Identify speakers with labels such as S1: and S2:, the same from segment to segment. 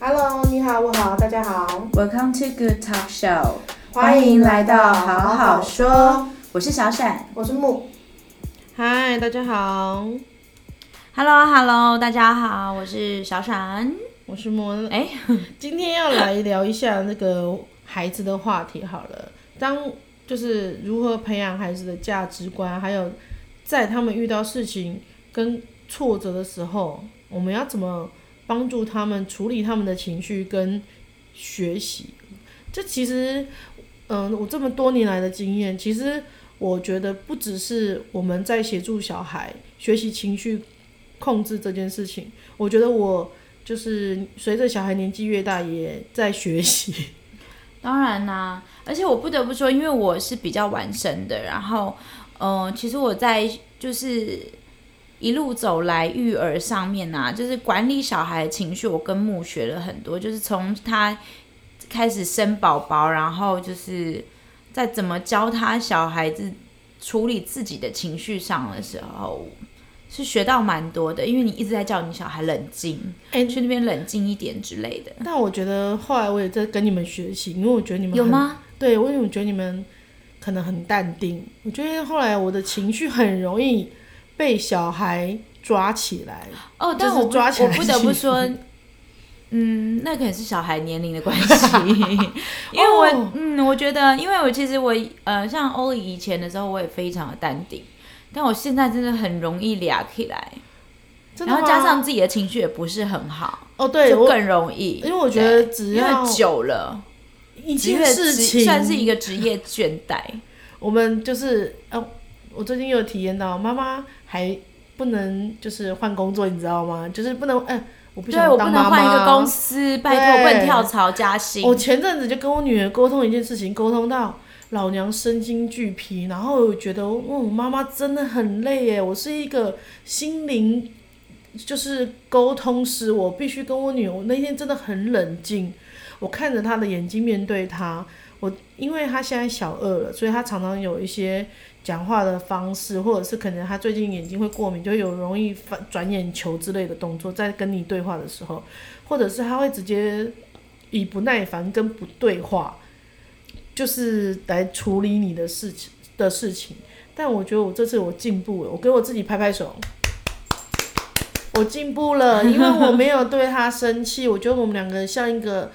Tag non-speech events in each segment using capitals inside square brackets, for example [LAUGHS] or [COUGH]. S1: Hello，你好，我好，大家好，
S2: Welcome to Good Talk Show，欢迎来到好好说。我是小闪。
S1: 我是木，
S3: 嗨，大家好，
S4: Hello Hello，大家好，我是小闪。
S3: 我是莫恩。
S4: 哎，
S3: [LAUGHS] 今天要来聊一下那个孩子的话题好了。当就是如何培养孩子的价值观，还有在他们遇到事情跟挫折的时候，我们要怎么帮助他们处理他们的情绪跟学习。这其实，嗯，我这么多年来的经验，其实我觉得不只是我们在协助小孩学习情绪控制这件事情，我觉得我。就是随着小孩年纪越大，也在学习。
S4: [LAUGHS] 当然啦、而且我不得不说，因为我是比较晚生的，然后，嗯、其实我在就是一路走来育儿上面啊，就是管理小孩的情绪，我跟木学了很多，就是从他开始生宝宝，然后就是在怎么教他小孩子处理自己的情绪上的时候。是学到蛮多的，因为你一直在叫你小孩冷静，
S3: 哎
S4: 去那边冷静一点之类的，
S3: [LAUGHS] 但我觉得后来我也在跟你们学习，因为我觉得
S4: [LAUGHS]
S3: 你们
S4: 有
S3: 很？
S4: 吗？
S3: 对，我因为觉得你们可能很淡定。我觉得后来我的情绪很容易被小孩抓起来。
S4: 哦，
S3: 就
S4: 但
S3: 是
S4: 我不
S3: 抓起
S4: 我
S3: 来
S4: 不得不
S3: 欺负 [LAUGHS]
S4: 说，嗯，那可能是小孩年龄的关系， [LAUGHS] 因为我、
S3: 哦
S4: 嗯，我觉得，因为我其实我呃，像欧里以前的时候，我也非常的淡定，但我现在真的很容易俩起来，
S3: 真的
S4: 然
S3: 吗
S4: 后加上自己的情绪也不是很好，
S3: 哦，对
S4: 就
S3: 我，
S4: 更容易，
S3: 因为我觉得
S4: 对
S3: 只
S4: 因
S3: 要
S4: 为久了，
S3: 一
S4: 职
S3: 件
S4: 业
S3: 事
S4: 职
S3: 情，
S4: 算是一个职业倦怠，
S3: 我们就是呃，我最近有体验到妈妈还不能就是换工作，你知道吗？就是不能嗯、我不
S4: 对
S3: 想
S4: 我不
S3: 当
S4: 能
S3: 妈妈。啊
S4: 换一个公司，拜托，
S3: 对
S4: 不能跳槽加薪，
S3: 我前阵子就跟我女儿沟通一件事情，沟通到老娘身心俱疲，然后我觉得哇我妈妈真的很累耶，我是一个心灵就是沟通师，我必须跟我女儿，我那天真的很冷静，我看着她的眼睛面对她，我因为她现在小二了，所以她常常有一些。讲话的方式，或者是可能她最近眼睛会过敏，就有容易翻转眼球之类的动作，在跟你对话的时候，或者是她会直接以不耐烦跟不对话，就是来处理你的事情的事情。但我觉得我这次我进步了，我给我自己拍拍手，我进步了，因为我没有对他生气。我觉得我们两个像一个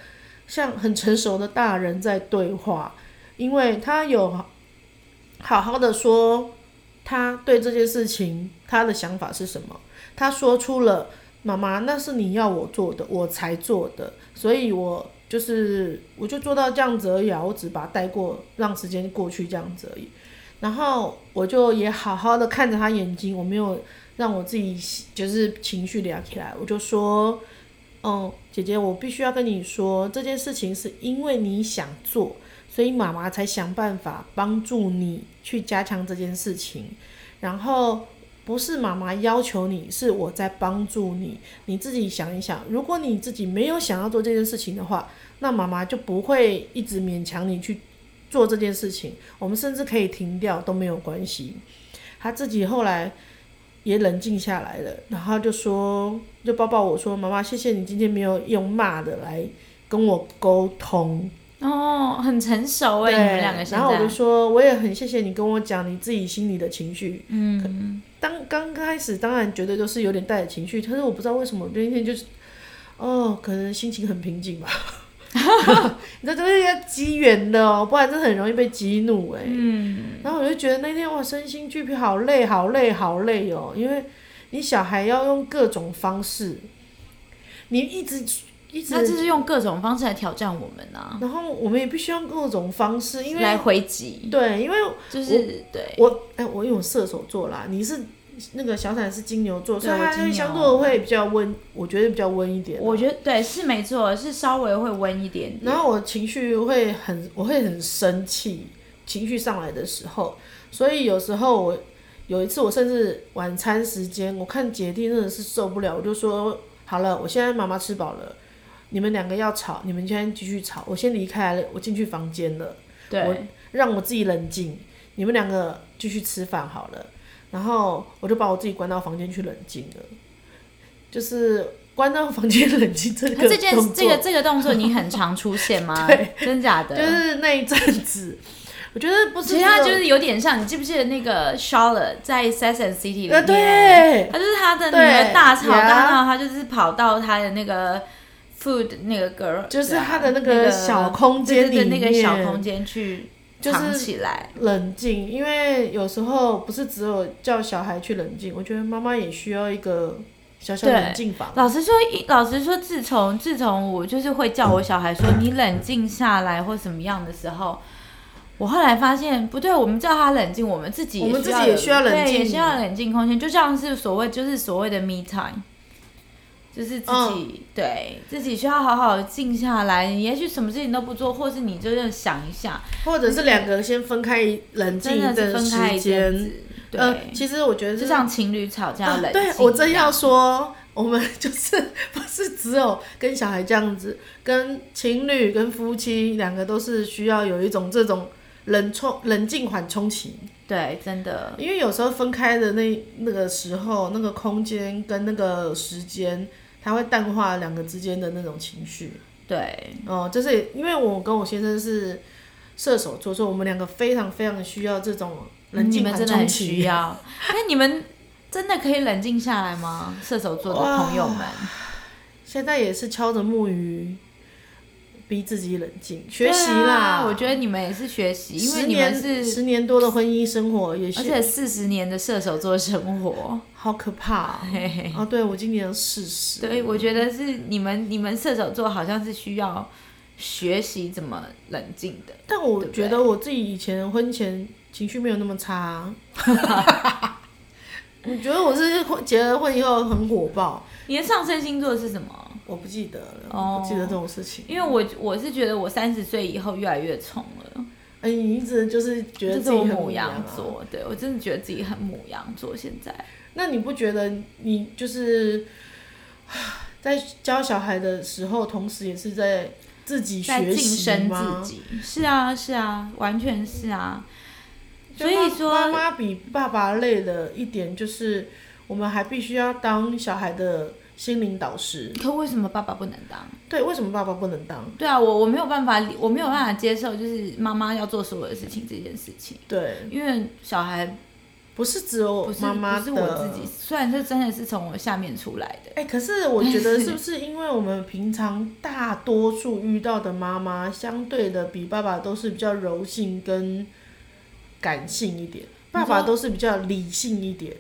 S3: 像很成熟的大人在对话，因为他有好好的说他对这件事情他的想法是什么，他说出了。妈妈，那是你要我做的，我才做的，所以我就是我就做到这样子而已啊，我只把它带过，让时间过去这样子而已。然后我就也好好的看着他眼睛，我没有让我自己就是情绪聊起来，我就说，嗯，姐姐，我必须要跟你说，这件事情是因为你想做，所以妈妈才想办法帮助你去加强这件事情，然后不是妈妈要求你，是我在帮助你。你自己想一想，如果你自己没有想要做这件事情的话，那妈妈就不会一直勉强你去做这件事情。我们甚至可以停掉都没有关系。他自己后来也冷静下来了，然后就说，就抱抱我说：“妈妈，谢谢你今天没有用骂的来跟我沟通。”
S4: 哦，很成熟哎，
S3: 对，
S4: 你们两个现
S3: 然后我就
S4: 在。
S3: 说，我也很谢谢你跟我讲你自己心里的情绪。嗯，当刚开始当然觉得就是有点带着情绪，但是我不知道为什么我那天就是，哦，可能心情很平静
S4: [LAUGHS]
S3: 吧。你知道这是要机缘的哦，不然真的很容易被激怒哎、嗯，然后我就觉得那天哇，身心俱疲，好累，好累，好累哦，因为你小孩要用各种方式，你一直一直
S4: 那，就是用各种方式来挑战我们啊，
S3: 然后我们也必须用各种方式，因为
S4: 来回击，
S3: 对，因为
S4: 就是对，
S3: 我哎、我因为我射手座啦，你是那个小闪是金牛座，
S4: 对
S3: 所以
S4: 我
S3: 它
S4: 金
S3: 会
S4: 牛
S3: 相对会比较温，我觉得比较温一点。
S4: 我觉得对是没错，是稍微会温一点点
S3: 然。后我情绪会很，我会很生气，情绪上来的时候，所以有时候我有一次，我甚至晚餐时间，我看姐弟真的是受不了，我就说好了，我现在妈妈吃饱了，你们两个要吵，你们先继续吵，我先离开了，我进去房间了。我
S4: 对，
S3: 让我自己冷静，你们两个继续吃饭好了。然后我就把我自己关到房间去冷静了，就是关到房间冷静这
S4: 他
S3: 个
S4: 啊这件
S3: 动作
S4: 这个这个动作你很常出现
S3: [LAUGHS]
S4: 吗？真假的？
S3: 就是那一阵子，我觉得不是
S4: 其实他
S3: 这
S4: 就
S3: 个
S4: 是有点像，你记不记得那个 Charlotte 在 Sex and City 里
S3: 呃
S4: 面？
S3: 对
S4: 他就是他的女
S3: 对啊
S4: 儿大吵
S3: 呀
S4: 大闹，他就是跑到他的那个 food 那个 girl，
S3: 就是
S4: 对啊
S3: 他的那
S4: 那
S3: 个小空间
S4: 对对
S3: 里
S4: 对
S3: 面
S4: 那个小空间去
S3: 就是
S4: 藏起来。
S3: 冷静，因为有时候不是只有叫小孩去冷静，我觉得妈妈也需要一个小小
S4: 对
S3: 冷静吧。
S4: 老实说，一老实说，自从自从我就是会叫我小孩说你冷静下来或什么样的时候，我后来发现不对，我们叫他冷静，我们自己
S3: 我们自己
S4: 有
S3: 也需要冷
S4: 对也
S3: 静
S4: 需要冷静空间，就像是所谓就是所谓的 me time。就是自己、对自己需要好好静下来，你也许什么事情都不做，或是你就这样想一下，
S3: 或者是两个先分开一冷静
S4: 真的
S3: 一
S4: 是
S3: 段
S4: 分开一
S3: 时
S4: 阵
S3: 间
S4: 子。，对，
S3: 呃，其实我觉得
S4: 就是像情侣吵架
S3: 啊
S4: 冷静一样、
S3: 对，我真要说，我们 [LAUGHS] 就是不是只有跟小孩这样子，跟情侣、跟夫妻两个都是需要有一种这种冷冲、冷静缓冲期，
S4: 对，真的
S3: 因为有时候分开的那那个时候，那个空间跟那个时间，它会淡化两个之间的那种情绪。
S4: 对，
S3: 哦，就是因为我跟我先生是射手座，所以我们两个非常非常需要这种冷
S4: 嗯你
S3: 静
S4: 们
S3: 缓
S4: 真的
S3: 冲
S4: 很需
S3: 期。
S4: 要。那你们真的可以冷静下来吗？射手座的朋友们，
S3: 现在也是敲着木鱼，逼自己冷静
S4: 对
S3: 学
S4: 啊
S3: 习啦。
S4: 我觉得你们也是学习，因为
S3: 十
S4: 你们
S3: 年
S4: 是
S3: 十年多的婚姻生活也
S4: 而
S3: 是，
S4: 且四十年的射手座生活。
S3: 好可怕哦！
S4: 嘿嘿
S3: 哦，对我今年四十，
S4: 对，我觉得是你们你们射手座好像是需要学习怎么冷静的。
S3: 但
S4: 对
S3: 我
S4: 不对
S3: 觉得我自己以前婚前情绪没有那么差啊。 [LAUGHS] 你觉得我是婚结了婚以后很火爆？
S4: 你的上升星座是什么？
S3: 我不记得了，我
S4: 哦
S3: 不记得这种事情。
S4: 因为我我是觉得我三十岁以后越来越冲了，
S3: 哎，你一直就是觉得
S4: 就
S3: 自
S4: 是
S3: 己
S4: 我
S3: 很
S4: 母
S3: 羊
S4: 羊
S3: 啊。
S4: 座，对我真的觉得自己很母羊座。现在
S3: 那你不觉得你就是在教小孩的时候，同时也是在自己
S4: 在
S3: 学
S4: 晋
S3: 习
S4: 升
S3: 吗？
S4: 自己，是啊是啊，完全是啊。所
S3: 就
S4: 以
S3: 妈
S4: 说
S3: 妈妈比爸爸累的一点就是，我们还必须要当小孩的心灵导师。
S4: 可为什么爸爸不能当？
S3: 对，为什么爸爸不能当？
S4: 对啊，我我没有办法理，我没有办法接受，就是妈妈要做所有的事情这件事情，
S3: 对，
S4: 因为小孩
S3: 不是只有
S4: 不是
S3: 妈妈的。
S4: 不是我自己，虽然这真的是从我下面出来的，
S3: 哎、可是我觉得是
S4: [LAUGHS]
S3: 不是因为我们平常大多数遇到的妈妈，相对的比爸爸都是比较柔性跟感性一点，爸爸都是比较理性一点。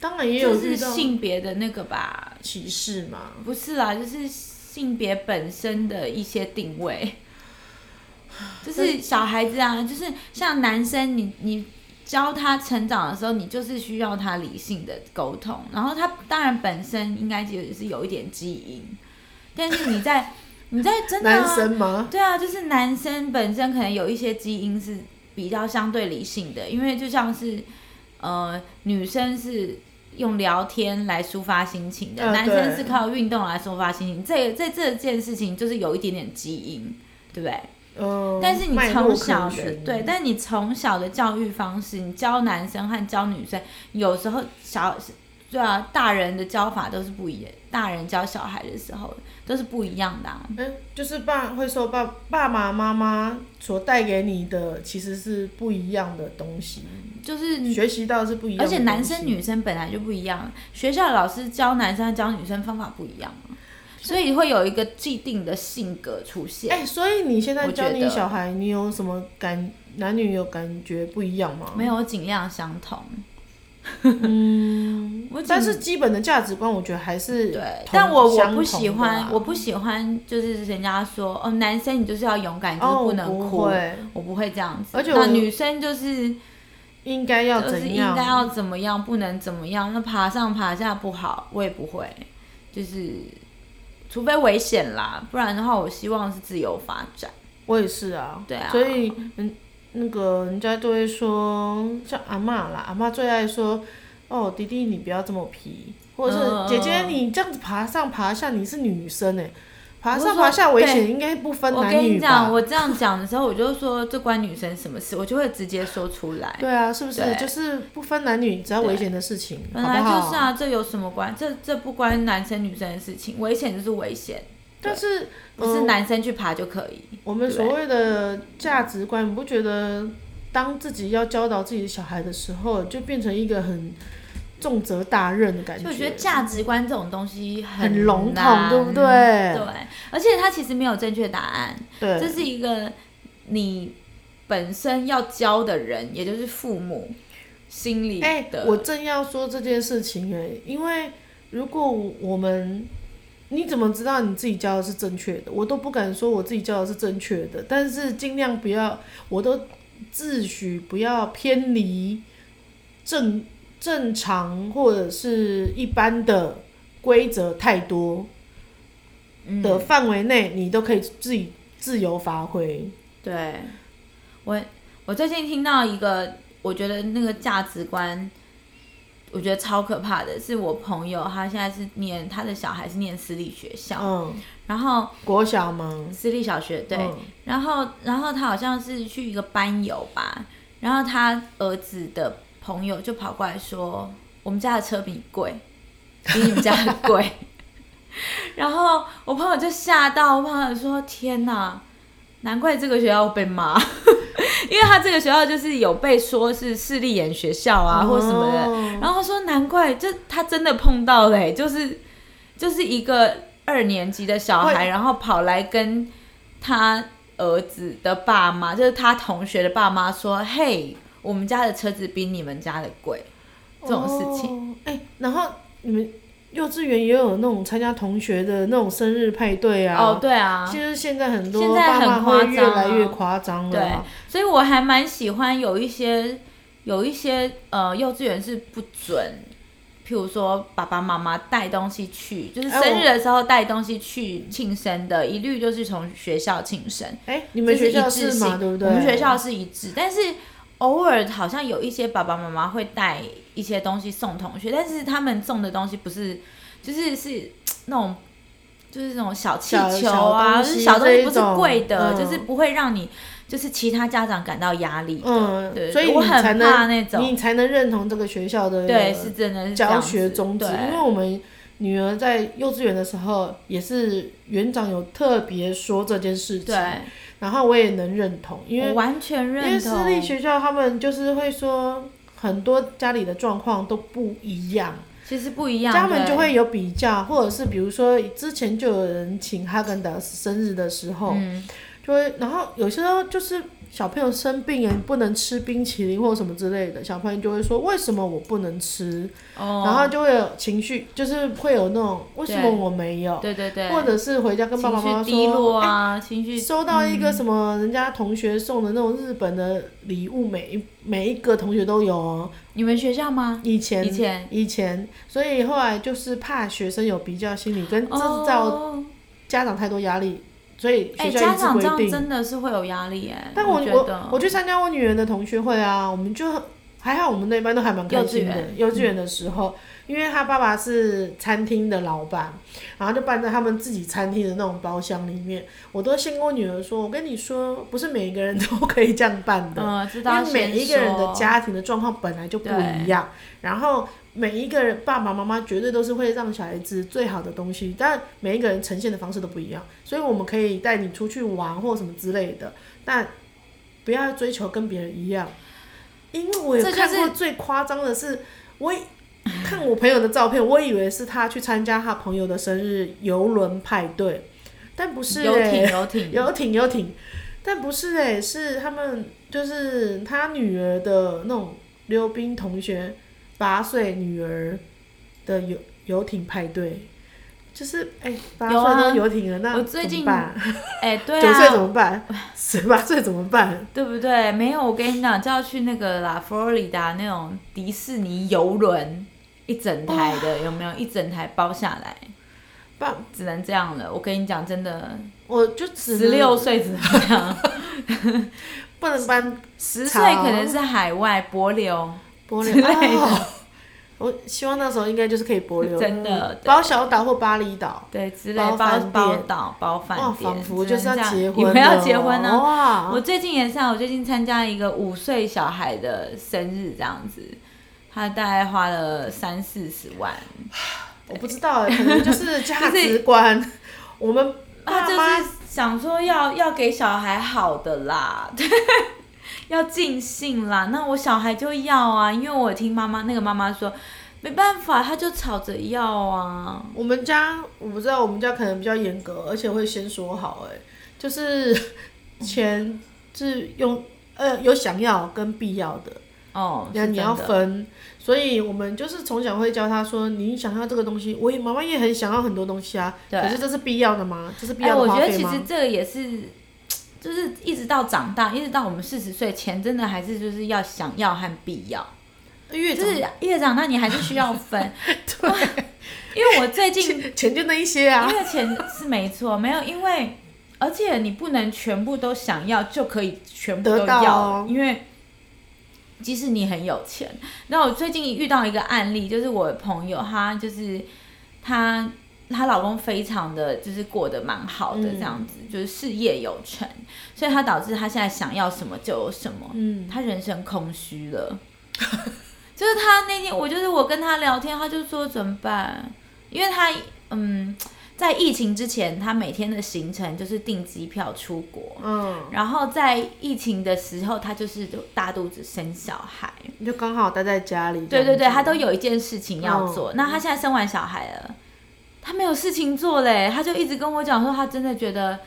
S3: 当然也
S4: 就
S3: 有
S4: 是
S3: 遇到
S4: 性别的那个吧，
S3: 歧视嘛，
S4: 不是啦，就是性别本身的一些定位，就是小孩子啊，就是像男生你，你教他成长的时候，你就是需要他理性的沟通，然后他当然本身应该也是有一点基因，但是你在你在真的、啊、
S3: 男生吗？
S4: 对啊，就是男生本身可能有一些基因是比较相对理性的，因为就像是呃，女生是用聊天来抒发心情的，
S3: 嗯
S4: 男生
S3: 对
S4: 是靠运动来抒发心情。这在这件事情就是有一点点基因，对不对？
S3: 嗯，
S4: 但是你
S3: 脉络
S4: 从
S3: 可
S4: 小的
S3: 循
S4: 对，但你从小的教育方式，你教男生和教女生，有时候小对啊，大人的教法都是不一样，大人教小孩的时候都是不一样的、啊。
S3: 嗯，就是爸会说爸爸爸妈妈所带给你的其实是不一样的东西，
S4: 就是
S3: 学习到的是不一样
S4: 嗯而
S3: 的东
S4: 且
S3: 西，
S4: 男生女生本来就不一样，学校老师教男生和教女生方法不一样嘛，所以会有一个既定的性格出现。
S3: 哎、所以你现在
S4: 我
S3: 教
S4: 觉得
S3: 你小孩，你有什么感男女有感觉不一样吗？
S4: 没有，我尽量相同。
S3: [LAUGHS]
S4: 嗯，我尽
S3: 但是基本的价值观，我觉得还是
S4: 对，
S3: 同
S4: 但我我
S3: 相
S4: 不喜
S3: 同的啦
S4: 欢，我不喜欢，就是人家说哦，男生你就是要勇敢，就是
S3: 哦，我
S4: 能
S3: 不
S4: 哭，
S3: 会，
S4: 我不会这样子。
S3: 而且
S4: 那
S3: 我
S4: 女生就是
S3: 应该要
S4: 就是
S3: 怎
S4: 应该
S3: 样？
S4: 要啊怎么样，不能怎么样。那爬上爬下不好，我也不会，就是除非危险啦，不然的话，我希望是自由发展。
S3: 我也是啊，
S4: 对啊
S3: 所以嗯，那个人家都会说，像阿嬷啦，阿嬷最爱说，哦，弟弟你不要这么皮，或者
S4: 嗯
S3: 是姐姐你这样子爬上爬下，你是女生哎、爬
S4: 我
S3: 上
S4: 说
S3: 爬下危
S4: 对
S3: 险应该不分
S4: 我
S3: 男
S4: 跟你
S3: 女
S4: 讲，
S3: 吧？
S4: 我这样讲的时候，我就说这关女生什么事，我就会直接说出来。
S3: 对啊，是不是
S4: 对
S3: 就是不分男女，只要危险的事情，
S4: 本
S3: 好不
S4: 来
S3: 好
S4: 就是啊，这有什么关？这这不关男生女生的事情，危险就是危险，
S3: 但是
S4: 不是
S3: 嗯
S4: 男生去爬就可以。
S3: 我们所谓的价值观，你不觉得当自己要教导自己的小孩的时候，就变成一个很重责大任的感
S4: 就
S3: 觉？
S4: 我觉得价值观这种东西
S3: 很笼统
S4: 难啊
S3: 对不对
S4: 对，而且它其实没有正确答案，这
S3: 对，
S4: 是一个你本身要教的人，也就是父母心里的。
S3: 哎、我正要说这件事情哎、因为如果我们你怎么知道你自己教的是正确的？我都不敢说我自己教的是正确的，但是尽量不要，我都自诩不要偏离正正常或者是一般的规则太多。
S4: 嗯
S3: 的范围内，你都可以自己自由发挥。
S4: 对，我我最近听到一个，我觉得那个价值观，我觉得超可怕的，是我朋友他现在是念他的小孩是念私立学校，
S3: 嗯，
S4: 然后
S3: 国小吗？
S4: 私立小学对，
S3: 嗯
S4: 然后然后他好像是去一个班游吧，然后他儿子的朋友就跑过来说，我们家的车比你贵， [LAUGHS] 比你们家的贵。 [LAUGHS] 然后我朋友就吓到，我朋友说：“天哪，难怪这个学校被骂， [LAUGHS] 因为他这个学校就是有被说是势利眼学校啊，或什么的。”
S3: 哦
S4: 然后他说：“难怪，这他真的碰到嘞、就是就是一个二年级的小孩，
S3: 会
S4: 然后跑来跟他儿子的爸妈，就是他同学的爸妈说：‘嘿，我们家的车子比你们家的贵。’这种事情，
S3: 哦哎、然后你们幼稚园也有那种参加同学的那种生日派对啊。
S4: 哦，对啊，
S3: 其实现在很多
S4: 现在
S3: 爸
S4: 很
S3: 妈
S4: 夸
S3: 会
S4: 张
S3: 越来越
S4: 啊
S3: 夸张了啊、
S4: 所以我还蛮喜欢有一些有一些呃幼稚园是不准，譬如说爸爸妈妈带东西去，就是
S3: 哎
S4: 生
S3: 我
S4: 日的时候带东西去庆生的，一律就是从学校庆生。
S3: 哎、你们
S4: 这
S3: 学
S4: 是
S3: 校
S4: 一致
S3: 是
S4: 性
S3: 吗？对不对？
S4: 我们学校是一致，但是偶尔好像有一些爸爸妈妈会带一些东西送同学，但是他们送的东西不是，就是是那种。就是那种小气
S3: 小
S4: 球
S3: 小东
S4: 啊，就是
S3: 西
S4: 小东西
S3: 这一
S4: 不是
S3: 种
S4: 贵的，
S3: 嗯
S4: 就是不会让你就是其他家长感到压力的。对
S3: 嗯，所以
S4: 我
S3: 你
S4: 很
S3: 才
S4: 怕
S3: 能
S4: 那种
S3: 你才能认同这个学校的
S4: 对，是真的是这
S3: 教
S4: 样子
S3: 学宗旨，
S4: 对
S3: 因为我们女儿在幼稚园的时候，也是园长有特别说这件事情，
S4: 对，
S3: 然后我也能认同，因
S4: 我
S3: 为
S4: 完全
S3: 因
S4: 认同。
S3: 为私立学校他们就是会说很多家里的状况都不一样，
S4: 其实不一样，
S3: 家们
S4: 对
S3: 就会有比较，或者是比如说之前就有人请哈根达斯生日的时候，
S4: 嗯，
S3: 就会，然后有些时候就是小朋友生病了，你不能吃冰淇淋或什么之类的，小朋友就会说为什么我不能吃？
S4: 哦，
S3: 然后就会有情绪，就是会有那种为什么我没有，
S4: 对对对，
S3: 或者是回家跟爸爸妈妈
S4: 情绪低落
S3: 说，哎、
S4: 啊，情绪
S3: 收到一个
S4: 嗯
S3: 什么人家同学送的那种日本的礼物，每一每一个同学都有哦。
S4: 你们学校吗？
S3: 以前
S4: 以前
S3: 以前，所以后来就是怕学生有比较心理，跟这是造
S4: 哦，
S3: 家长太多压力，所以
S4: 哎、
S3: 学校
S4: 家
S3: 一致
S4: 长这
S3: 规
S4: 样
S3: 定。
S4: 真的是会有压力哎、
S3: 但我
S4: 觉
S3: 我
S4: 得
S3: 我去参加我女儿的同学会啊，我们就还好，我们那班都还蛮开心的
S4: 幼
S3: 幼
S4: 稚。
S3: 稚园的时候，因为她爸爸是餐厅的老板，然后就办在他们自己餐厅的那种包厢里面。我都先跟我女儿说，我跟你说，不是每一个人都可以这样办的。
S4: 嗯，知道
S3: 因为每一个人的家庭的状况本来就不一样，然后每一个人爸爸妈妈绝对都是会让小孩子最好的东西，但每一个人呈现的方式都不一样，所以我们可以带你出去玩或什么之类的，但不要追求跟别人一样，因为我有
S4: 这就
S3: 看过
S4: 是
S3: 最夸张的是，我以看我朋友的照片，我以为是他去参加他朋友的生日游轮派对，但不是、欸，
S4: 游艇游艇
S3: 游艇游艇，但不是哎、是他们就是他女儿的那种溜冰同学八岁女儿的游游艇派对，就是哎八
S4: 有啊
S3: 岁都游艇了，那
S4: 我最近
S3: 怎么办？
S4: 哎、对
S3: 九岁怎
S4: 啊，
S3: 么办？十八岁怎么办？
S4: 对不对？没有，我跟你讲，就要去那个啦，佛罗里达那种迪士尼游轮，一整台的、有没有？一整台包下来，
S3: 爸，
S4: 只能这样了。我跟你讲，真的，
S3: 我就只
S4: 十
S3: 能
S4: 六岁只能
S3: [LAUGHS]
S4: 这样，
S3: 不能搬
S4: 十
S3: 吵
S4: 岁可能是海外博流，
S3: 玻
S4: 之
S3: 璃
S4: 类的
S3: 哦我希望那时候应该就是可以博流，
S4: 真的对
S3: 包小岛或巴厘岛，
S4: 对之类
S3: 包
S4: 包
S3: 饭
S4: 包
S3: 店
S4: 岛包饭
S3: 哇，
S4: 店，
S3: 仿佛就是要
S4: 只能这
S3: 结
S4: 样
S3: 婚了，
S4: 你们要结婚呢、
S3: 哇，
S4: 我最近也是啊，我最近参加一个五岁小孩的生日，这样子，他大概花了三四十万，
S3: 我不知道哎，可能
S4: [LAUGHS]
S3: 就是价
S4: 就是
S3: 值观，我们
S4: 他
S3: 爸
S4: 就
S3: 妈
S4: 是想说要要给小孩好的啦， [LAUGHS] 对，要尽兴啦。那我小孩就要啊，因为我听妈妈那个妈妈说，没办法，他就吵着要啊。
S3: 我们家我不知道，我们家可能比较严格，而且会先说好、哎，就是钱是用呃有想要跟必要的，
S4: 哦，
S3: 那
S4: 是
S3: 你要
S4: 真的
S3: 分，所以我们就是从小会教他说，你想要这个东西，我也妈妈也很想要很多东西啊，
S4: 对
S3: 可是这是必要的吗？这是必
S4: 哎，
S3: 要
S4: 我
S3: 的花
S4: 觉得
S3: 费
S4: 其
S3: 吗？
S4: 实这个也是，就是一直到长大，一直到我们四十岁前，真的还是就是要想要和必要，
S3: 越
S4: 就
S3: 长
S4: 是越长大你还是需
S3: [LAUGHS]
S4: 要分。对，因为我最近 [LAUGHS]
S3: 钱就那一些啊
S4: 因，为钱是没错，没有因为，而且你不能全部都想要就可以全部都
S3: 得到
S4: 要，
S3: 哦
S4: 因为即使你很有钱。那我最近遇到一个案例，就是我朋友，她就是她她老公非常的就是过得蛮好的
S3: 嗯
S4: 这样子，就是事业有成，所以她导致她现在想要什么就有什么，
S3: 嗯，
S4: 他人生空虚了。 [LAUGHS] 就是他那天，我就是我跟他聊天，他就说怎么办？因为他嗯，在疫情之前，他每天的行程就是订机票出国，
S3: 嗯，
S4: 然后在疫情的时候，他就是大肚子生小孩。
S3: 你就刚好待在家里这
S4: 对
S3: 样子，
S4: 对对，他都有一件事情要做。
S3: 哦
S4: 那他现在生完小孩了，他没有事情做嘞，他就一直跟我讲说，他真的觉得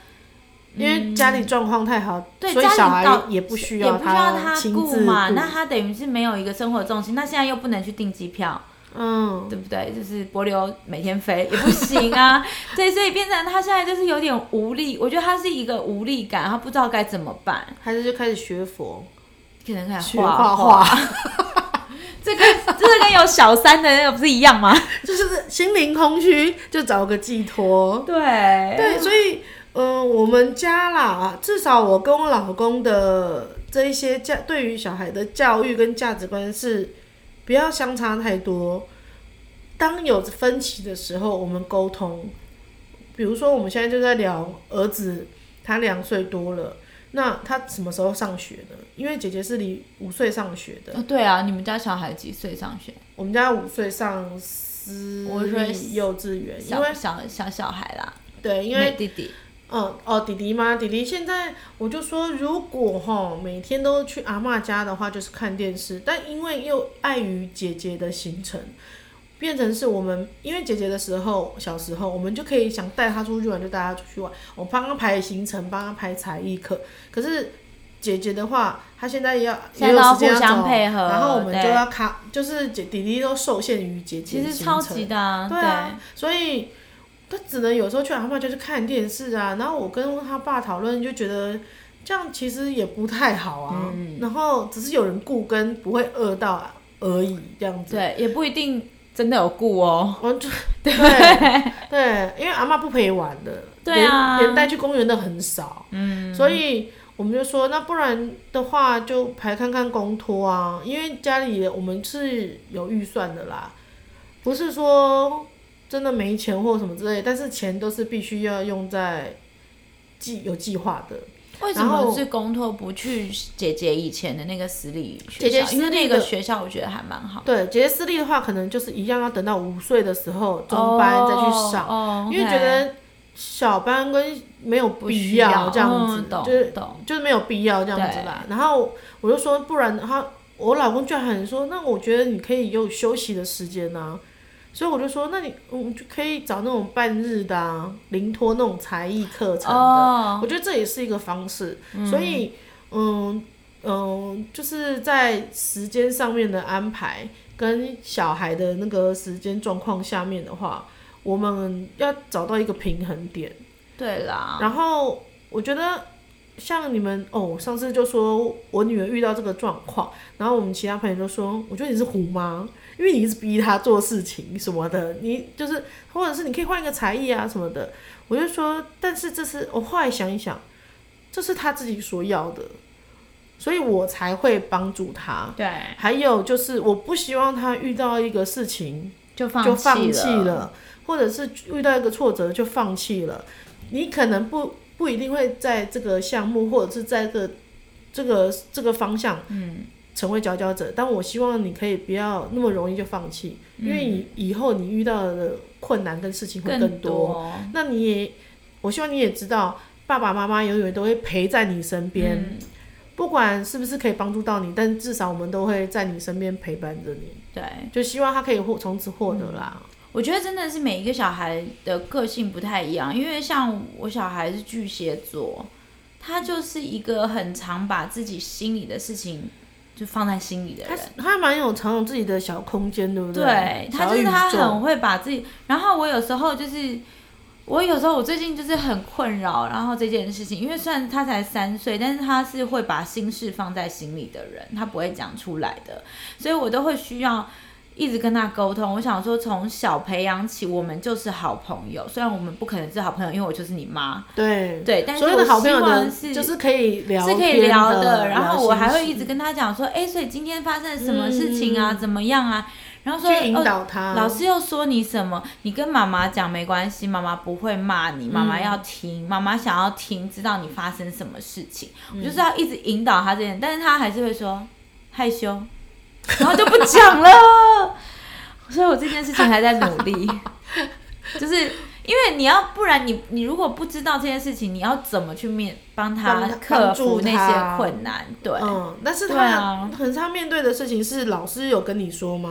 S3: 因为家里状况太好，
S4: 对
S3: 所以
S4: 家里
S3: 小孩
S4: 到
S3: 也不需
S4: 也不需要
S3: 他
S4: 他
S3: 亲
S4: 顾
S3: 自
S4: 嘛，
S3: 顾
S4: 那他等于是没有一个生活重心，那现在又不能去订机票，
S3: 嗯，
S4: 对不对？就是柏流每天飞也不行啊， [LAUGHS] 对，所以变成他现在就是有点无力，我觉得他是一个无力感，他不知道该怎么办，
S3: 还是就开始学佛，
S4: 可能开始
S3: 学
S4: 画
S3: 画
S4: [LAUGHS] 画，
S3: 画，
S4: 这个这个跟有小三的那个不是一样吗？
S3: [LAUGHS]
S4: [LAUGHS]
S3: 就是心灵空虚就找个寄托。
S4: 对
S3: 对，所以嗯、呃我们家啦，至少我跟我老公的这一些教对于小孩的教育跟价值观是不要相差太多。当有分歧的时候，我们沟通。比如说，我们现在就在聊儿子，他两岁多了，那他什么时候上学呢？因为姐姐是离五岁上学的，
S4: 哦对啊，你们家小孩几岁上学？
S3: 我们家五岁上私
S4: 我说
S3: 立幼稚园，因
S4: 小
S3: 为
S4: 小小小孩啦，
S3: 对，因为
S4: 妹弟弟
S3: 嗯，哦，弟弟吗？弟弟现在我就说，如果哈每天都去阿嬷家的话，就是看电视。但因为又碍于姐姐的行程，变成是我们因为姐姐的时候，小时候我们就可以想带她出去玩就带她出去玩，我帮她排行程，帮她排才艺课。可是姐姐的话，她现在也要
S4: 现在
S3: 也有
S4: 都要
S3: 时间
S4: 互相
S3: 走
S4: 配合
S3: 然后我们就
S4: 对
S3: 要卡，就是姐弟弟都受限于姐姐
S4: 其
S3: 的
S4: 实
S3: 行
S4: 超
S3: 程
S4: 级的、啊，
S3: 对啊，所以他只能有时候去阿妈家去看电视啊。然后我跟他爸讨论，就觉得这样其实也不太好啊。然后只是有人顾跟不会饿到而已，这样子。
S4: 对，也不一定真的有顾哦。
S3: 我就对对因为阿妈不陪玩的，
S4: 对啊
S3: 连连带去公园的很少，嗯，所以我们就说，那不然的话就排看看公托啊，因为家里我们是有预算的啦，不是说真的没钱或什么之类，但是钱都是必须要用在计有计划的，
S4: 为什
S3: 然
S4: 么
S3: 后
S4: 是公托不去姐姐以前的那个私立学
S3: 姐姐
S4: 校？因为
S3: 私立
S4: 那个
S3: 的
S4: 学校我觉得还蛮好，
S3: 对，姐姐私立的话，可能就是一样要等到五岁的时候中班再去上，
S4: 哦，
S3: 因为
S4: OK
S3: 觉得小班跟没有
S4: 不
S3: 必
S4: 需要
S3: 这样子，
S4: 嗯懂
S3: 就是
S4: 懂，
S3: 就是没有必要这样子啦。然后我就说，不然的话，我老公居然很说，那我觉得你可以有休息的时间啊。所以我就说，那你嗯就可以找那种半日的啊，零托那种才艺课程的。
S4: 哦，
S3: 我觉得这也是一个方式。所以，嗯嗯，就是在时间上面的安排跟小孩的那个时间状况下面的话，我们要找到一个平衡点。
S4: 对啦，
S3: 然后我觉得像你们哦，我上次就说我女儿遇到这个状况，然后我们其他朋友就说，我觉得你是虎妈，因为你一直逼她做事情什么的，你就是或者是你可以换一个才艺啊什么的。我哦就说，但是这是我后来想一想，这是她自己所要的。所以我才会帮助他。
S4: 对，
S3: 还有就是，我不希望他遇到一个事情
S4: 就放
S3: 就放
S4: 弃
S3: 弃了，或者是遇到一个挫折就放弃了。你可能不不一定会在这个项目或者是在这个这个这个方向，嗯，成为佼佼者。但我希望你可以不要那么容易就放弃，
S4: 嗯
S3: 因为你以后你遇到的困难跟事情会
S4: 更
S3: 多那你也，我希望你也知道，爸爸妈妈永远都会陪在你身边，
S4: 嗯
S3: 不管是不是可以帮助到你，但至少我们都会在你身边陪伴着你，
S4: 对，
S3: 就希望他可以获从此获得啦。
S4: 我觉得真的是每一个小孩的个性不太一样，因为像我小孩是巨蟹座，他就是一个很常把自己心里的事情就放在心里的
S3: 他
S4: 人。
S3: 是他蛮有常有自己的小空间，对不
S4: 对，他
S3: 小
S4: 就是
S3: 宇
S4: 他
S3: 宙
S4: 很会把自己。然后我有时候就是，我有时候我最近就是很困扰，然后这件事情，因为虽然他才三岁，但是他是会把心事放在心里的人，他不会讲出来的，所以我都会需要。一直跟他沟通，我想说从小培养起，我们就是好朋友。虽然我们不可能是好朋友，因为我就是你妈，
S3: 对
S4: 对，但是
S3: 所有的
S4: 我
S3: 好朋友
S4: 希望
S3: 的，
S4: 是
S3: 就是可以聊，
S4: 是可以聊的。然
S3: 聊
S4: 后我还
S3: 心
S4: 会一
S3: 事嗯
S4: 直跟他讲说，哎、所以今天发生了什么事情啊？怎么样啊？然后说，
S3: 去引
S4: 哦
S3: 导他。
S4: 老师又说你什么？你跟妈妈讲没关系，妈妈不会骂你，妈
S3: 嗯
S4: 妈要听，妈妈想要听，知道你发生什么事情。
S3: 嗯
S4: 我就是要一直引导他这点，但是他还是会说
S3: [LAUGHS]
S4: 害羞，然后就不讲了。 [LAUGHS] 所以我这件事情还在努
S3: [LAUGHS]
S4: 力，就是因为你要不然你你如果不知道这件事情，你要怎么去面帮他
S3: 帮他
S4: 克
S3: 帮助
S4: 服那
S3: 他
S4: 些困难？对，
S3: 嗯，但是
S4: 对
S3: 他
S4: 啊
S3: 可是他面对的事情是老师有跟你说吗？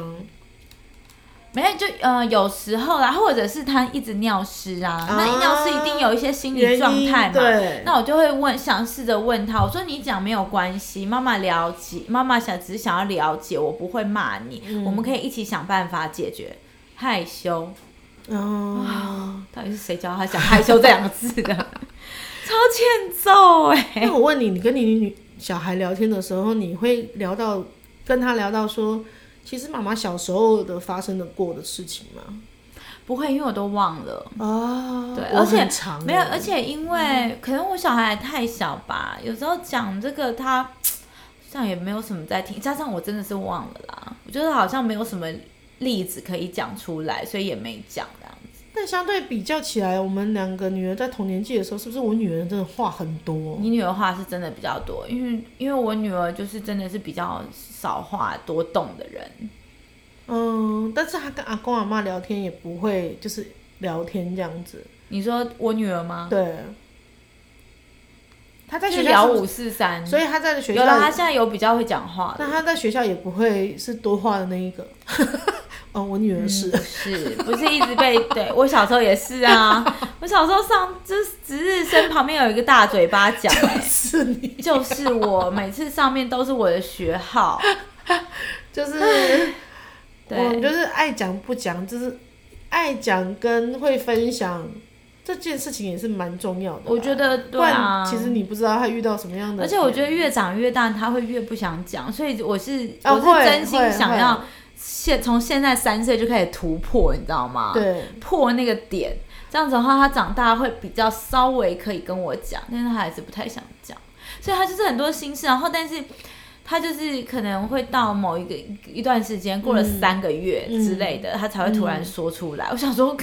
S4: 没有，就呃有时候啦，或者是他一直尿湿啊，
S3: 啊
S4: 那尿湿一定有一些心理
S3: 原
S4: 状
S3: 因
S4: 态嘛。
S3: 对，
S4: 那我就会问，想试着问他，我说你讲没有关系，妈妈了解，妈妈想只是想要了解，我不会骂你，我们可以一起想办法解决。害羞， [LAUGHS]
S3: 嗯，
S4: 到底是谁教他讲害羞这两个字的？ [LAUGHS] 超欠揍
S3: [LAUGHS]
S4: 哎、
S3: 那我问你，你跟你女小孩聊天的时候，你会聊到跟他聊到说，其实妈妈小时候的发生的过的事情吗？
S4: 不会，因为我都忘了。
S3: 哦，
S4: 对
S3: 我
S4: 而且
S3: 很长嗯
S4: 没有，
S3: 欸
S4: 而且因为可能我小孩还太小吧，有时候讲这个他像也没有什么在听，加上我真的是忘了啦，我觉得好像没有什么例子可以讲出来，所以也没讲这样子。
S3: 但相对比较起来，我们两个女儿在同年纪的时候，是不是我女儿真的话很多？
S4: 你女儿话是真的比较多，因为因为我女儿就是真的是比较少话多动的人，
S3: 嗯，但是她跟阿公阿妈聊天也不会就是聊天这样子，
S4: 你说我女儿吗？
S3: 对。她在
S4: 去
S3: 学
S4: 啊聊
S3: 校是不
S4: 五四三，
S3: 是，所以她在学
S4: 有
S3: 校
S4: 了，她现在有比较会讲话了
S3: 那。他在学校也不会是多话的那一个。 [LAUGHS] 哦，我女儿是，
S4: 不嗯是，不是一直被对我小时候也是啊，我小时候上就是值日生旁边有一个大嘴巴
S3: [LAUGHS]
S4: 讲、
S3: [LAUGHS]
S4: 欸，
S3: 是你，
S4: 就是我每次上面都是我的学号，
S3: 就是我们
S4: 对
S3: 就是爱讲不讲，就是爱讲跟会分享这件事情也是蛮重要的啦。
S4: 我觉得
S3: 不
S4: 对啊
S3: 然，其实你不知道他遇到什么样的
S4: 而
S3: 人，
S4: 且我觉得越长越大，他会越不想讲，所以我是、
S3: 啊
S4: 我
S3: 会
S4: 是真心
S3: 会
S4: 想要
S3: 会
S4: 现从现在三岁就开始突破，你知道吗？，
S3: 对，
S4: 破那个点，这样子的话，他长大会比较稍微可以跟我讲，但是他还是不太想讲，所以他就是很多心事，然后但是他就是可能会到某一个一段时间，过了
S3: 嗯
S4: 三个月之类的，他才会突然说出来。我想说，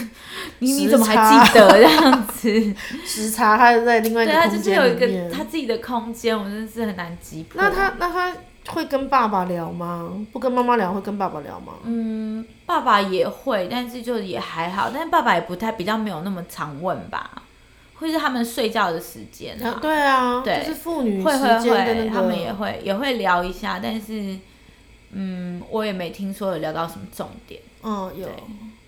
S4: 你你怎么还记得这
S3: [LAUGHS]
S4: 样子？
S3: 时差他在另外一
S4: 对
S3: 个
S4: 他就
S3: 空
S4: 是
S3: 间
S4: 有一
S3: 里
S4: 个
S3: 面
S4: 他自己的空间，我真的是很难击破。
S3: 那他那他会跟爸爸聊吗？不跟妈妈聊，会跟爸爸聊吗？
S4: 嗯，爸爸也会，但是就也还好，但是爸爸也不太比较没有那么常问吧，会是他们睡觉的时间
S3: 啊
S4: 啊。
S3: 对啊，
S4: 对
S3: 就是父女
S4: 会
S3: 时
S4: 会
S3: 间的那
S4: 会，
S3: 个，
S4: 他们也会也会聊一下，但是，嗯，我也没听说有聊到什么重点，
S3: 嗯有
S4: 对，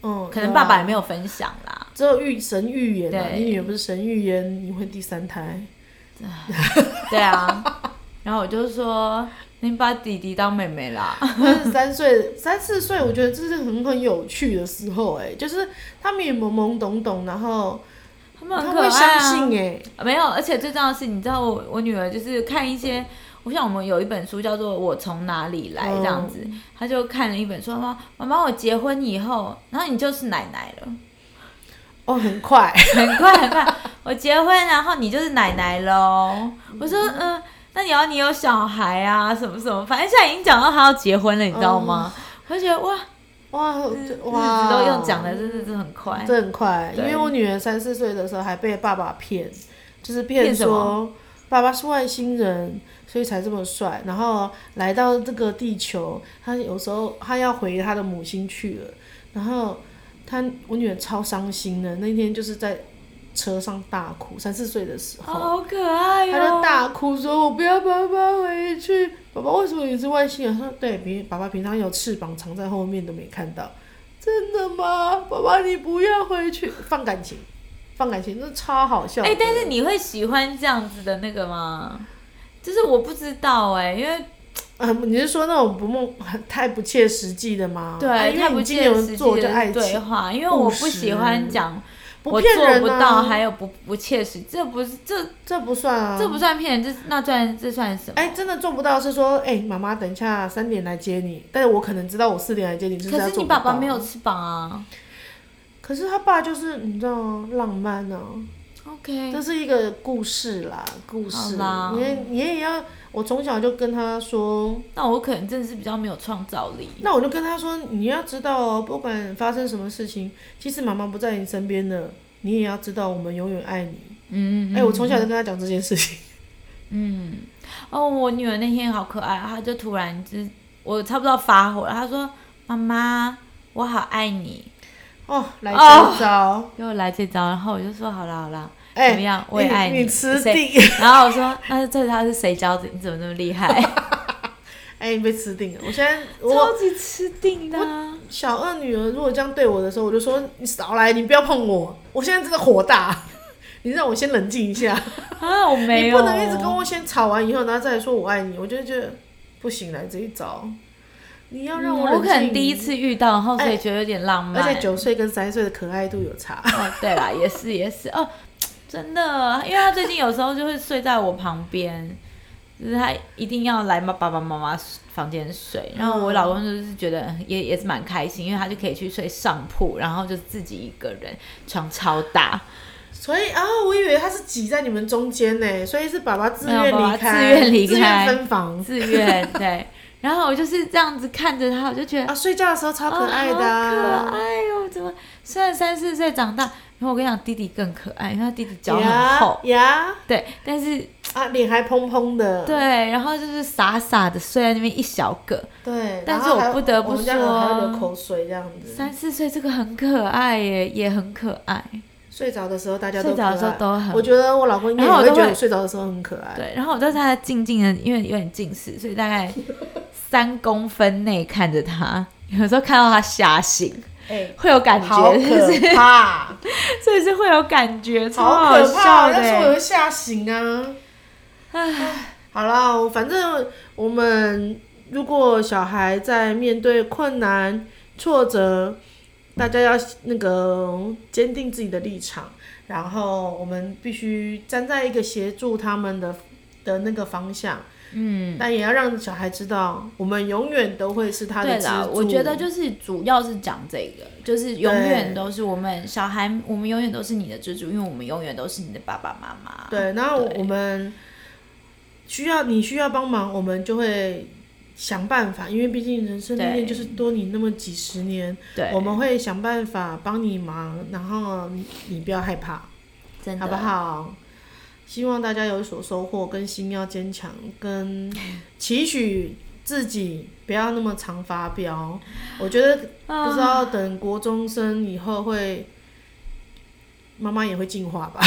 S3: 嗯，
S4: 可能
S3: 有
S4: 爸
S3: 啊
S4: 爸也没有分享啦。
S3: 只有预神预言啊，
S4: 对
S3: 你女儿不是神预言，你会第三
S4: [LAUGHS]
S3: 胎，
S4: 对啊， [LAUGHS] 然后我就说，你把弟弟当妹妹
S3: [LAUGHS]
S4: 啦。
S3: 但是三岁、三四岁，我觉得这是很很有趣的时候、哎，就是他们也懵懵懂懂，然后
S4: 他们很
S3: 他
S4: 可爱、
S3: 会
S4: 啊、
S3: 相信、哎、
S4: 没有，而且最重要的是，你知道我我女儿就是看一些，我想我们有一本书叫做《我从哪里来》这
S3: 哦
S4: 样子，她就看了一本书，她说妈妈，我结婚以后，然后你就是奶奶了。
S3: 哦，很快，
S4: [LAUGHS] 很快很快，我结婚，然后你就是奶奶喽。我说，嗯、那你要你有小孩啊，什么什么，反正现在已经讲到他要结婚了，你知道吗？
S3: 哦
S4: 我就觉得哇，
S3: 哇
S4: 日
S3: 哇，
S4: 子嗯都用讲的，真的是很快。
S3: 这很快，因
S4: 对
S3: 为我女儿三四岁的时候还被爸爸骗，就是骗
S4: 骗什
S3: 说爸爸是外星人，所以才这么帅。然后来到这个地球，他有时候他要回他的母星去了，然后他我女儿超伤心的，那天就是在车上大哭，三四岁的时
S4: 哦，
S3: 候。
S4: 好可爱
S3: 他就
S4: 哦！
S3: 大哭说：“我不要爸爸回去，爸爸为什么你是外星人？”他说：“对，平爸爸平常有翅膀藏在后面都没看到。”真的吗？爸爸你不要回去，放感情，放感情，那超好笑的。
S4: 哎、但是你会喜欢这样子的那个吗？就是我不知道哎、因为
S3: 呃，你是说那种不梦太不切实际的吗？
S4: 对、
S3: 啊因
S4: 哎太
S3: 为
S4: 不
S3: 你今
S4: 切
S3: 年
S4: 实
S3: 做
S4: 际
S3: 就爱
S4: 的对
S3: 情，
S4: 话，因为我
S3: 务
S4: 不喜
S3: 实
S4: 欢讲
S3: 不
S4: 我
S3: 骗
S4: 做
S3: 人
S4: 不
S3: 啊
S4: 到，还有不不切实，这不是这
S3: 这不算啊，
S4: 这不算骗人，这那算这算什么？
S3: 哎、真的做不到是说，哎、妈妈等一下三点来接你，但是我可能知道我四点来接你，就是
S4: 可
S3: 他
S4: 是
S3: 做
S4: 你
S3: 不
S4: 爸爸
S3: 到
S4: 没有翅膀啊。
S3: 可是他爸就是你知道吗？浪漫啊，
S4: OK，
S3: 这是一个故事啦，故事。
S4: 好啦
S3: 你也你也要，我从小就跟他说，
S4: 那我可能真的是比较没有创造力。
S3: 那我就跟他说，你要知道哦，不管发生什么事情，即使妈妈不在你身边了，你也要知道我们永远爱你。
S4: 嗯，
S3: 哎、我从小就跟他讲这件事情。
S4: 哦，我女儿那天好可爱，啊她就突然就是我差不多要发火了，她说：“妈妈，我好爱你。
S3: 哦，来这招，”
S4: 给我来这招，然后我就说：“好啦好啦，
S3: 哦哎、
S4: 怎么样？哦我也爱
S3: 你，吃
S4: 谁
S3: 定， [LAUGHS]
S4: 然后我说：“那这他是谁教的？你怎么那么厉害？
S3: 哎、你被吃定了。我现在 [LAUGHS] 我
S4: 超级吃定的、啊。
S3: 小二女儿如果这样对我的时候，我就说你少来，你不要碰我，我现在真的火大， [LAUGHS] 你让我先冷静一下。”
S4: 啊，我没
S3: 你
S4: 有，
S3: 不能一直跟我先吵完以后，然后再来说我爱你，我就觉得不行来这一招。你要让
S4: 嗯
S3: 我、
S4: 我可能第一，次遇到，然后所
S3: 哎
S4: 以觉得有点浪漫。欸
S3: 而且九岁跟三岁的可爱度有差。
S4: 哦，对啦，也是也是哦，真的，因为他最近有时候就会睡在我旁边，就是他一定要来妈爸爸妈妈房间睡，然后我老公就是觉得也也是蛮开心，因为他就可以去睡上铺，然后就自己一个人，床超大，
S3: 所以啊、我以为他是挤在你们中间呢，所以是爸爸自愿
S4: 没有爸爸
S3: 离开，
S4: 自愿离开
S3: 自愿分房
S4: 自愿对，然后我就是这样子看着他，我就觉得
S3: 啊。睡觉的时候超可爱的、啊
S4: 哦好可爱哦！怎么虽然三四岁长大，然后我跟你讲，弟弟更可爱，因为他弟弟脚很厚
S3: 呀，呀
S4: 对，但是
S3: 啊，脸还蓬蓬的，
S4: 对，然后就是傻傻的睡在那边一小个，
S3: 对。
S4: 但
S3: 然
S4: 是
S3: 后
S4: 我
S3: 还
S4: 不得不
S3: 我们家可能还
S4: 说
S3: 会流口水这样子。
S4: 三四岁这个很可爱耶，也很可爱。
S3: 睡着的时候大家都可
S4: 睡着
S3: 爱
S4: 的时候都很
S3: 我觉得我老公应该也
S4: 然后我
S3: 会
S4: 都
S3: 觉得
S4: 会
S3: 我睡着的时候很可爱。
S4: 对，然后我就在他静静的，因为有点近视，所以大 [LAUGHS] 概三公分内看着他，有时候看到他吓醒，
S3: 哎
S4: 会有感
S3: 好
S4: 觉，就是
S3: 可怕。
S4: [LAUGHS] 所以是会有感觉，超
S3: 好
S4: 好
S3: 可怕
S4: 笑
S3: 哦！
S4: 的欸
S3: 要是我
S4: 耶。
S3: 会吓醒啊！唉，好啦，我反正我们如果小孩在面对困难、挫折，大家要那个坚定自己的立场，然后我们必须站在一个协助他们的的那个方向，
S4: 嗯，
S3: 但也要让小孩知道，我们永远都会是他的
S4: 对
S3: 支
S4: 啦
S3: 柱。，
S4: 我觉得就是主要是讲这个，就是永远都是我们小孩，我们永远都是你的支柱，因为我们永远都是你的爸爸妈妈。
S3: 对，然后
S4: 啊对
S3: 我们需要你需要帮忙，我们就会想办法，因为毕竟人生历练
S4: 对
S3: 就是多你那么几十年，
S4: 对，
S3: 我们会想办法帮你忙，然后你你不要害怕，
S4: 真的
S3: 好不？好？希望大家有所收获，跟心要坚强，跟期许自己不要那么常发飙。我觉得
S4: 啊
S3: 不知道等国中生以后会，妈妈也会进化吧。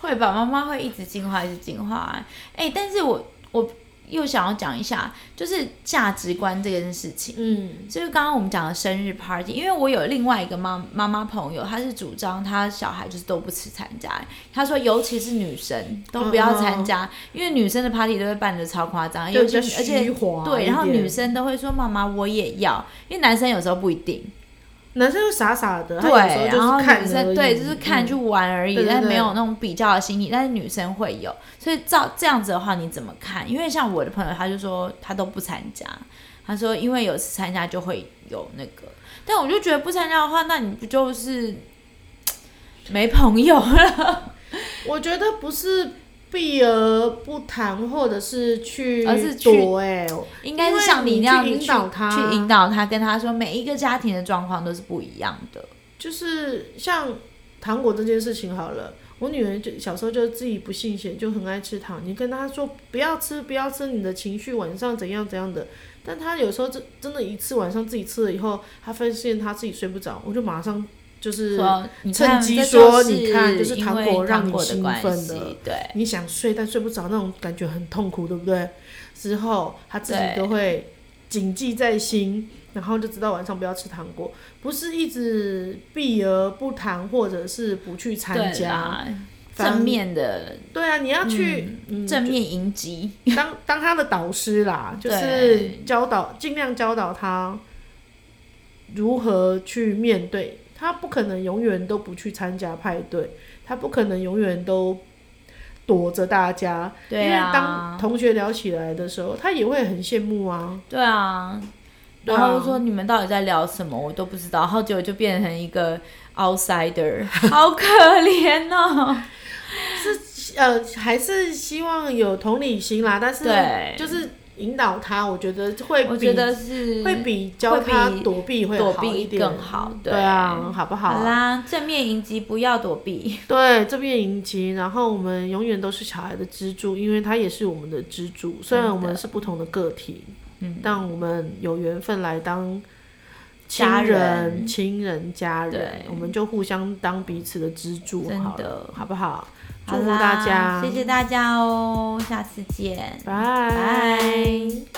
S4: 会吧，妈妈会一直进化，一直进化、哎、但是我我又想要讲一下，就是价值观这件事情。
S3: 嗯。
S4: 就是刚刚我们讲的生日 party，因为我有另外一个妈妈妈朋友，她是主张她小孩就是都不吃参加，她说尤其是女生都不要参加，因为女生的 party 都会办的超夸张，
S3: 就
S4: 哎尤
S3: 比较
S4: 其是而且
S3: 虚华一点。
S4: 对，然后女生都会说妈妈我也要，因为男生有时候不一定，
S3: 男生就傻傻的，他
S4: 对，
S3: 有时候
S4: 然后
S3: 就是看
S4: 女
S3: 人而
S4: 生
S3: 已
S4: 对就是看去玩而已，
S3: 嗯对对
S4: 但
S3: 对
S4: 没有那种比较的心理，但是女生会有，所以照这样子的话你怎么看？因为像我的朋友，他就说他都不参加，他说因为有次参加就会有那个，但我就觉得不参加的话，那你不就是没朋友了？
S3: [LAUGHS] 我觉得不是避而不谈，或者是去
S4: 而是去
S3: 躲、哎，
S4: 应该是像你那样
S3: 因为
S4: 子
S3: 你去引导他
S4: 去引导他，跟他说每一个家庭的状况都是不一样的。
S3: 就是像糖果这件事情好了，我女儿就小时候就自己不信邪，就很爱吃糖。你跟她说不要吃，不要吃，你的情绪晚上怎样怎样的，但她有时候真真的一次晚上自己吃了以后，她发现她自己睡不着，我就马上就是
S4: 说哦你
S3: 趁
S4: 看
S3: 机
S4: 这
S3: 说
S4: 就
S3: 你看就是
S4: 因
S3: 糖
S4: 为
S3: 果让你
S4: 糖果的
S3: 兴
S4: 关
S3: 奋
S4: 系
S3: 的，
S4: 对，
S3: 你想睡但睡不着那种感觉很痛苦，对不对？之后他自己
S4: 对
S3: 都会谨记在心，然后就知道晚上不要吃糖果，不是一直避而不谈，或者是不去参
S4: 对
S3: 加。
S4: 啦，
S3: 反
S4: 正面的
S3: 对啊，你要去、嗯
S4: 正面迎击，
S3: [LAUGHS] 当当他的导师啦，就是
S4: 对
S3: 教导，尽量教导他如何去面对。他不可能永远都不去参加派对，他不可能永远都躲着大家，因
S4: 对
S3: 为
S4: 啊
S3: 当，同学聊起来的时候，他也会很羡慕啊。
S4: 对啊，
S3: 对
S4: 然
S3: 啊
S4: 后说你们到底在聊什么，我都不知道，然后结果就变成一个
S3: [LAUGHS]
S4: outsider，好可怜哦。
S3: 呃，还是希望有同理心啦，但是
S4: 对
S3: 就是引导他，我觉得会比
S4: 我觉得是
S3: 会比教他
S4: 会比
S3: 躲避会
S4: 躲
S3: 好一
S4: 避
S3: 点
S4: 更好，
S3: 对啊，好不好？
S4: 好啦，正面迎击，不要躲避。
S3: 对，这边迎击，然后我们永远都是小孩的支柱，因为他也是我们的支柱。虽然我们是不同的个体，
S4: 嗯，
S3: 但我们有缘分来当亲
S4: 家
S3: 人、
S4: 人
S3: 亲人、家人
S4: 对，
S3: 我们就互相当彼此的支柱
S4: 真
S3: 好
S4: 的
S3: 了，好不好？祝
S4: 好
S3: 福
S4: 啦
S3: 大家，
S4: 谢谢大家哦，下次见，
S3: 拜
S4: 拜。